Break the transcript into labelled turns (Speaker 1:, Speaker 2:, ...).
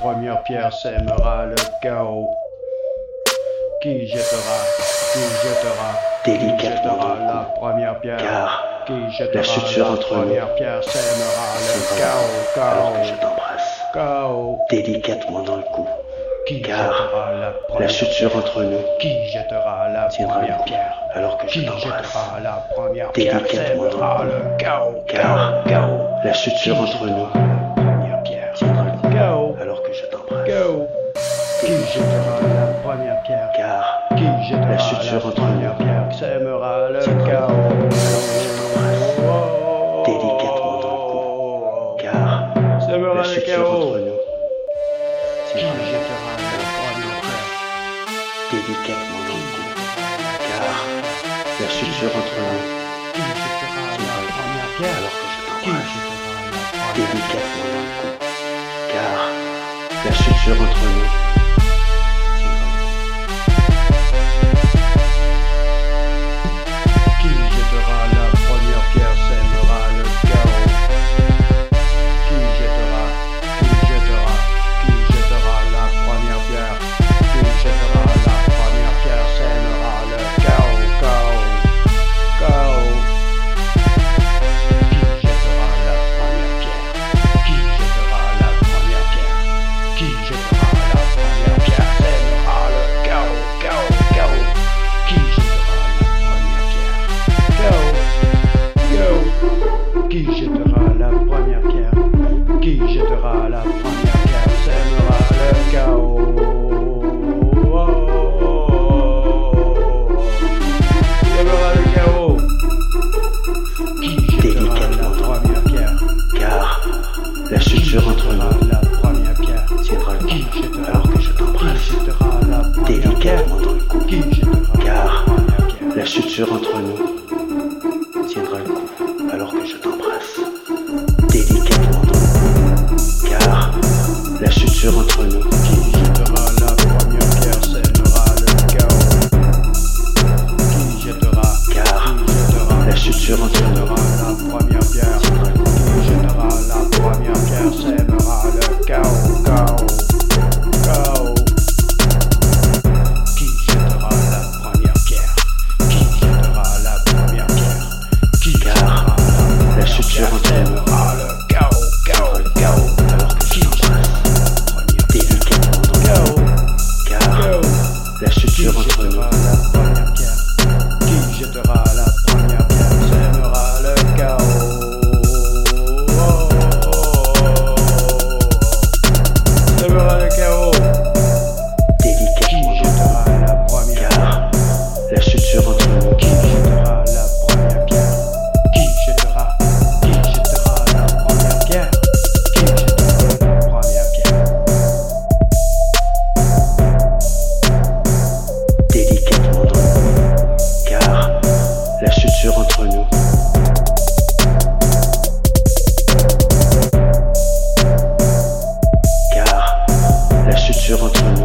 Speaker 1: première pierre sèmera le chaos. Qui jettera, qui jettera, qui jettera
Speaker 2: délicatement,
Speaker 1: la première pierre.
Speaker 2: car
Speaker 1: qui jettera
Speaker 2: la suture
Speaker 1: la
Speaker 2: entre nous
Speaker 1: première pierre sèmera le
Speaker 2: sèmera alors que je
Speaker 1: chaos,
Speaker 2: t'embrasse,
Speaker 1: chaos, chaos.
Speaker 2: délicatement dans le cou,
Speaker 1: Qui
Speaker 2: Car
Speaker 1: jettera la
Speaker 2: la
Speaker 1: première
Speaker 2: suture entre nous
Speaker 1: Qui jettera la
Speaker 2: tiendra le
Speaker 1: première
Speaker 2: coup,
Speaker 1: pierre
Speaker 2: alors que je
Speaker 1: Qui
Speaker 2: t'embrasse,
Speaker 1: jettera la première pierre
Speaker 2: Délicatement
Speaker 1: sèmera
Speaker 2: dans le
Speaker 1: le chaos,
Speaker 2: car
Speaker 1: chaos.
Speaker 2: la suture entre nous
Speaker 1: La première pierre
Speaker 2: tiendra le coup,
Speaker 1: chaos,
Speaker 2: alors que je t'embrasse,
Speaker 1: chaos. Qui jettera la première pierre
Speaker 2: car
Speaker 1: Qui jettera
Speaker 2: La
Speaker 1: la,
Speaker 2: suture entre
Speaker 1: première
Speaker 2: nous.
Speaker 1: pierre sèmera le
Speaker 2: Tiendra le coup,
Speaker 1: chaos
Speaker 2: Délicatement dans le car
Speaker 1: Sèmera
Speaker 2: la
Speaker 1: le
Speaker 2: suture
Speaker 1: chaos
Speaker 2: entre nous
Speaker 1: Qui
Speaker 2: tiendra le coup,
Speaker 1: jettera la première pierre
Speaker 2: délicatement dans le cou, car la suture entre nous
Speaker 1: Qui jettera la première pierre
Speaker 2: alors que je
Speaker 1: Qui
Speaker 2: t'embrasse,
Speaker 1: jettera la première pierre
Speaker 2: délicatement dans le cou, car la suture entre nous tiendra le coup.
Speaker 1: Qui jettera la première pierre sèmera le chaos. Qui jettera, qui jettera, qui jettera la première pierre. Qui jettera la première pierre sèmera le chaos, chaos, chaos. Qui jettera la première pierre. Qui jettera la première pierre. Qui jettera la première pierre sèmera le chaos, chaos, chaos. Qui jettera la première pierre. Chaos, chaos. Qui jettera la première pierre Qui jettera la première pierre Sèmera le chaos. Oh, Sèmera oh. le chaos. Qui jettera la première pierre
Speaker 2: car la
Speaker 1: Qui
Speaker 2: suture entre
Speaker 1: jettera
Speaker 2: nous
Speaker 1: la première pierre
Speaker 2: tiendra le
Speaker 1: Qui
Speaker 2: coup
Speaker 1: jettera
Speaker 2: alors que je
Speaker 1: Qui
Speaker 2: t'embrasse
Speaker 1: jettera la première pierre
Speaker 2: délicatement dans le cou
Speaker 1: Qui jettera la
Speaker 2: Car
Speaker 1: première pierre
Speaker 2: la suture entre nous tiendra le coup alors que je t'embrasse délicatement dans le cou car la suture entre nous
Speaker 1: Qui jettera la première pierre sèmera le chaos. Qui jettera,
Speaker 2: car
Speaker 1: qui jettera,
Speaker 2: la suture entre nous
Speaker 1: jettera la première pierre.
Speaker 2: tiendra le coup
Speaker 1: Qui jettera la première pierre sèmera le chaos, chaos, chaos. Qui jettera la première pierre Qui jettera la première pierre Qui
Speaker 2: Car
Speaker 1: jettera la
Speaker 2: la
Speaker 1: première
Speaker 2: suture
Speaker 1: pierre
Speaker 2: entre
Speaker 1: sèmera le chaos, chaos, chaos.
Speaker 2: alors que je
Speaker 1: Qui jettera
Speaker 2: t'embrasse
Speaker 1: la première pierre
Speaker 2: délicatement dans le cou
Speaker 1: Chaos,
Speaker 2: car
Speaker 1: chaos.
Speaker 2: la
Speaker 1: Qui
Speaker 2: suture entre
Speaker 1: jettera la première pierre
Speaker 2: nous
Speaker 1: Qui jettera la première pierre Sèmera le chaos. Sèmera le chaos. Qui
Speaker 2: délicatement dans le
Speaker 1: jettera la
Speaker 2: cou
Speaker 1: première pierre
Speaker 2: car la suture entre nous
Speaker 1: Qui jettera la première pierre Qui jettera Qui jettera la première pierre Qui jettera la première pierre
Speaker 2: délicatement dans le cou, car la suture entre nous car la suture entre nous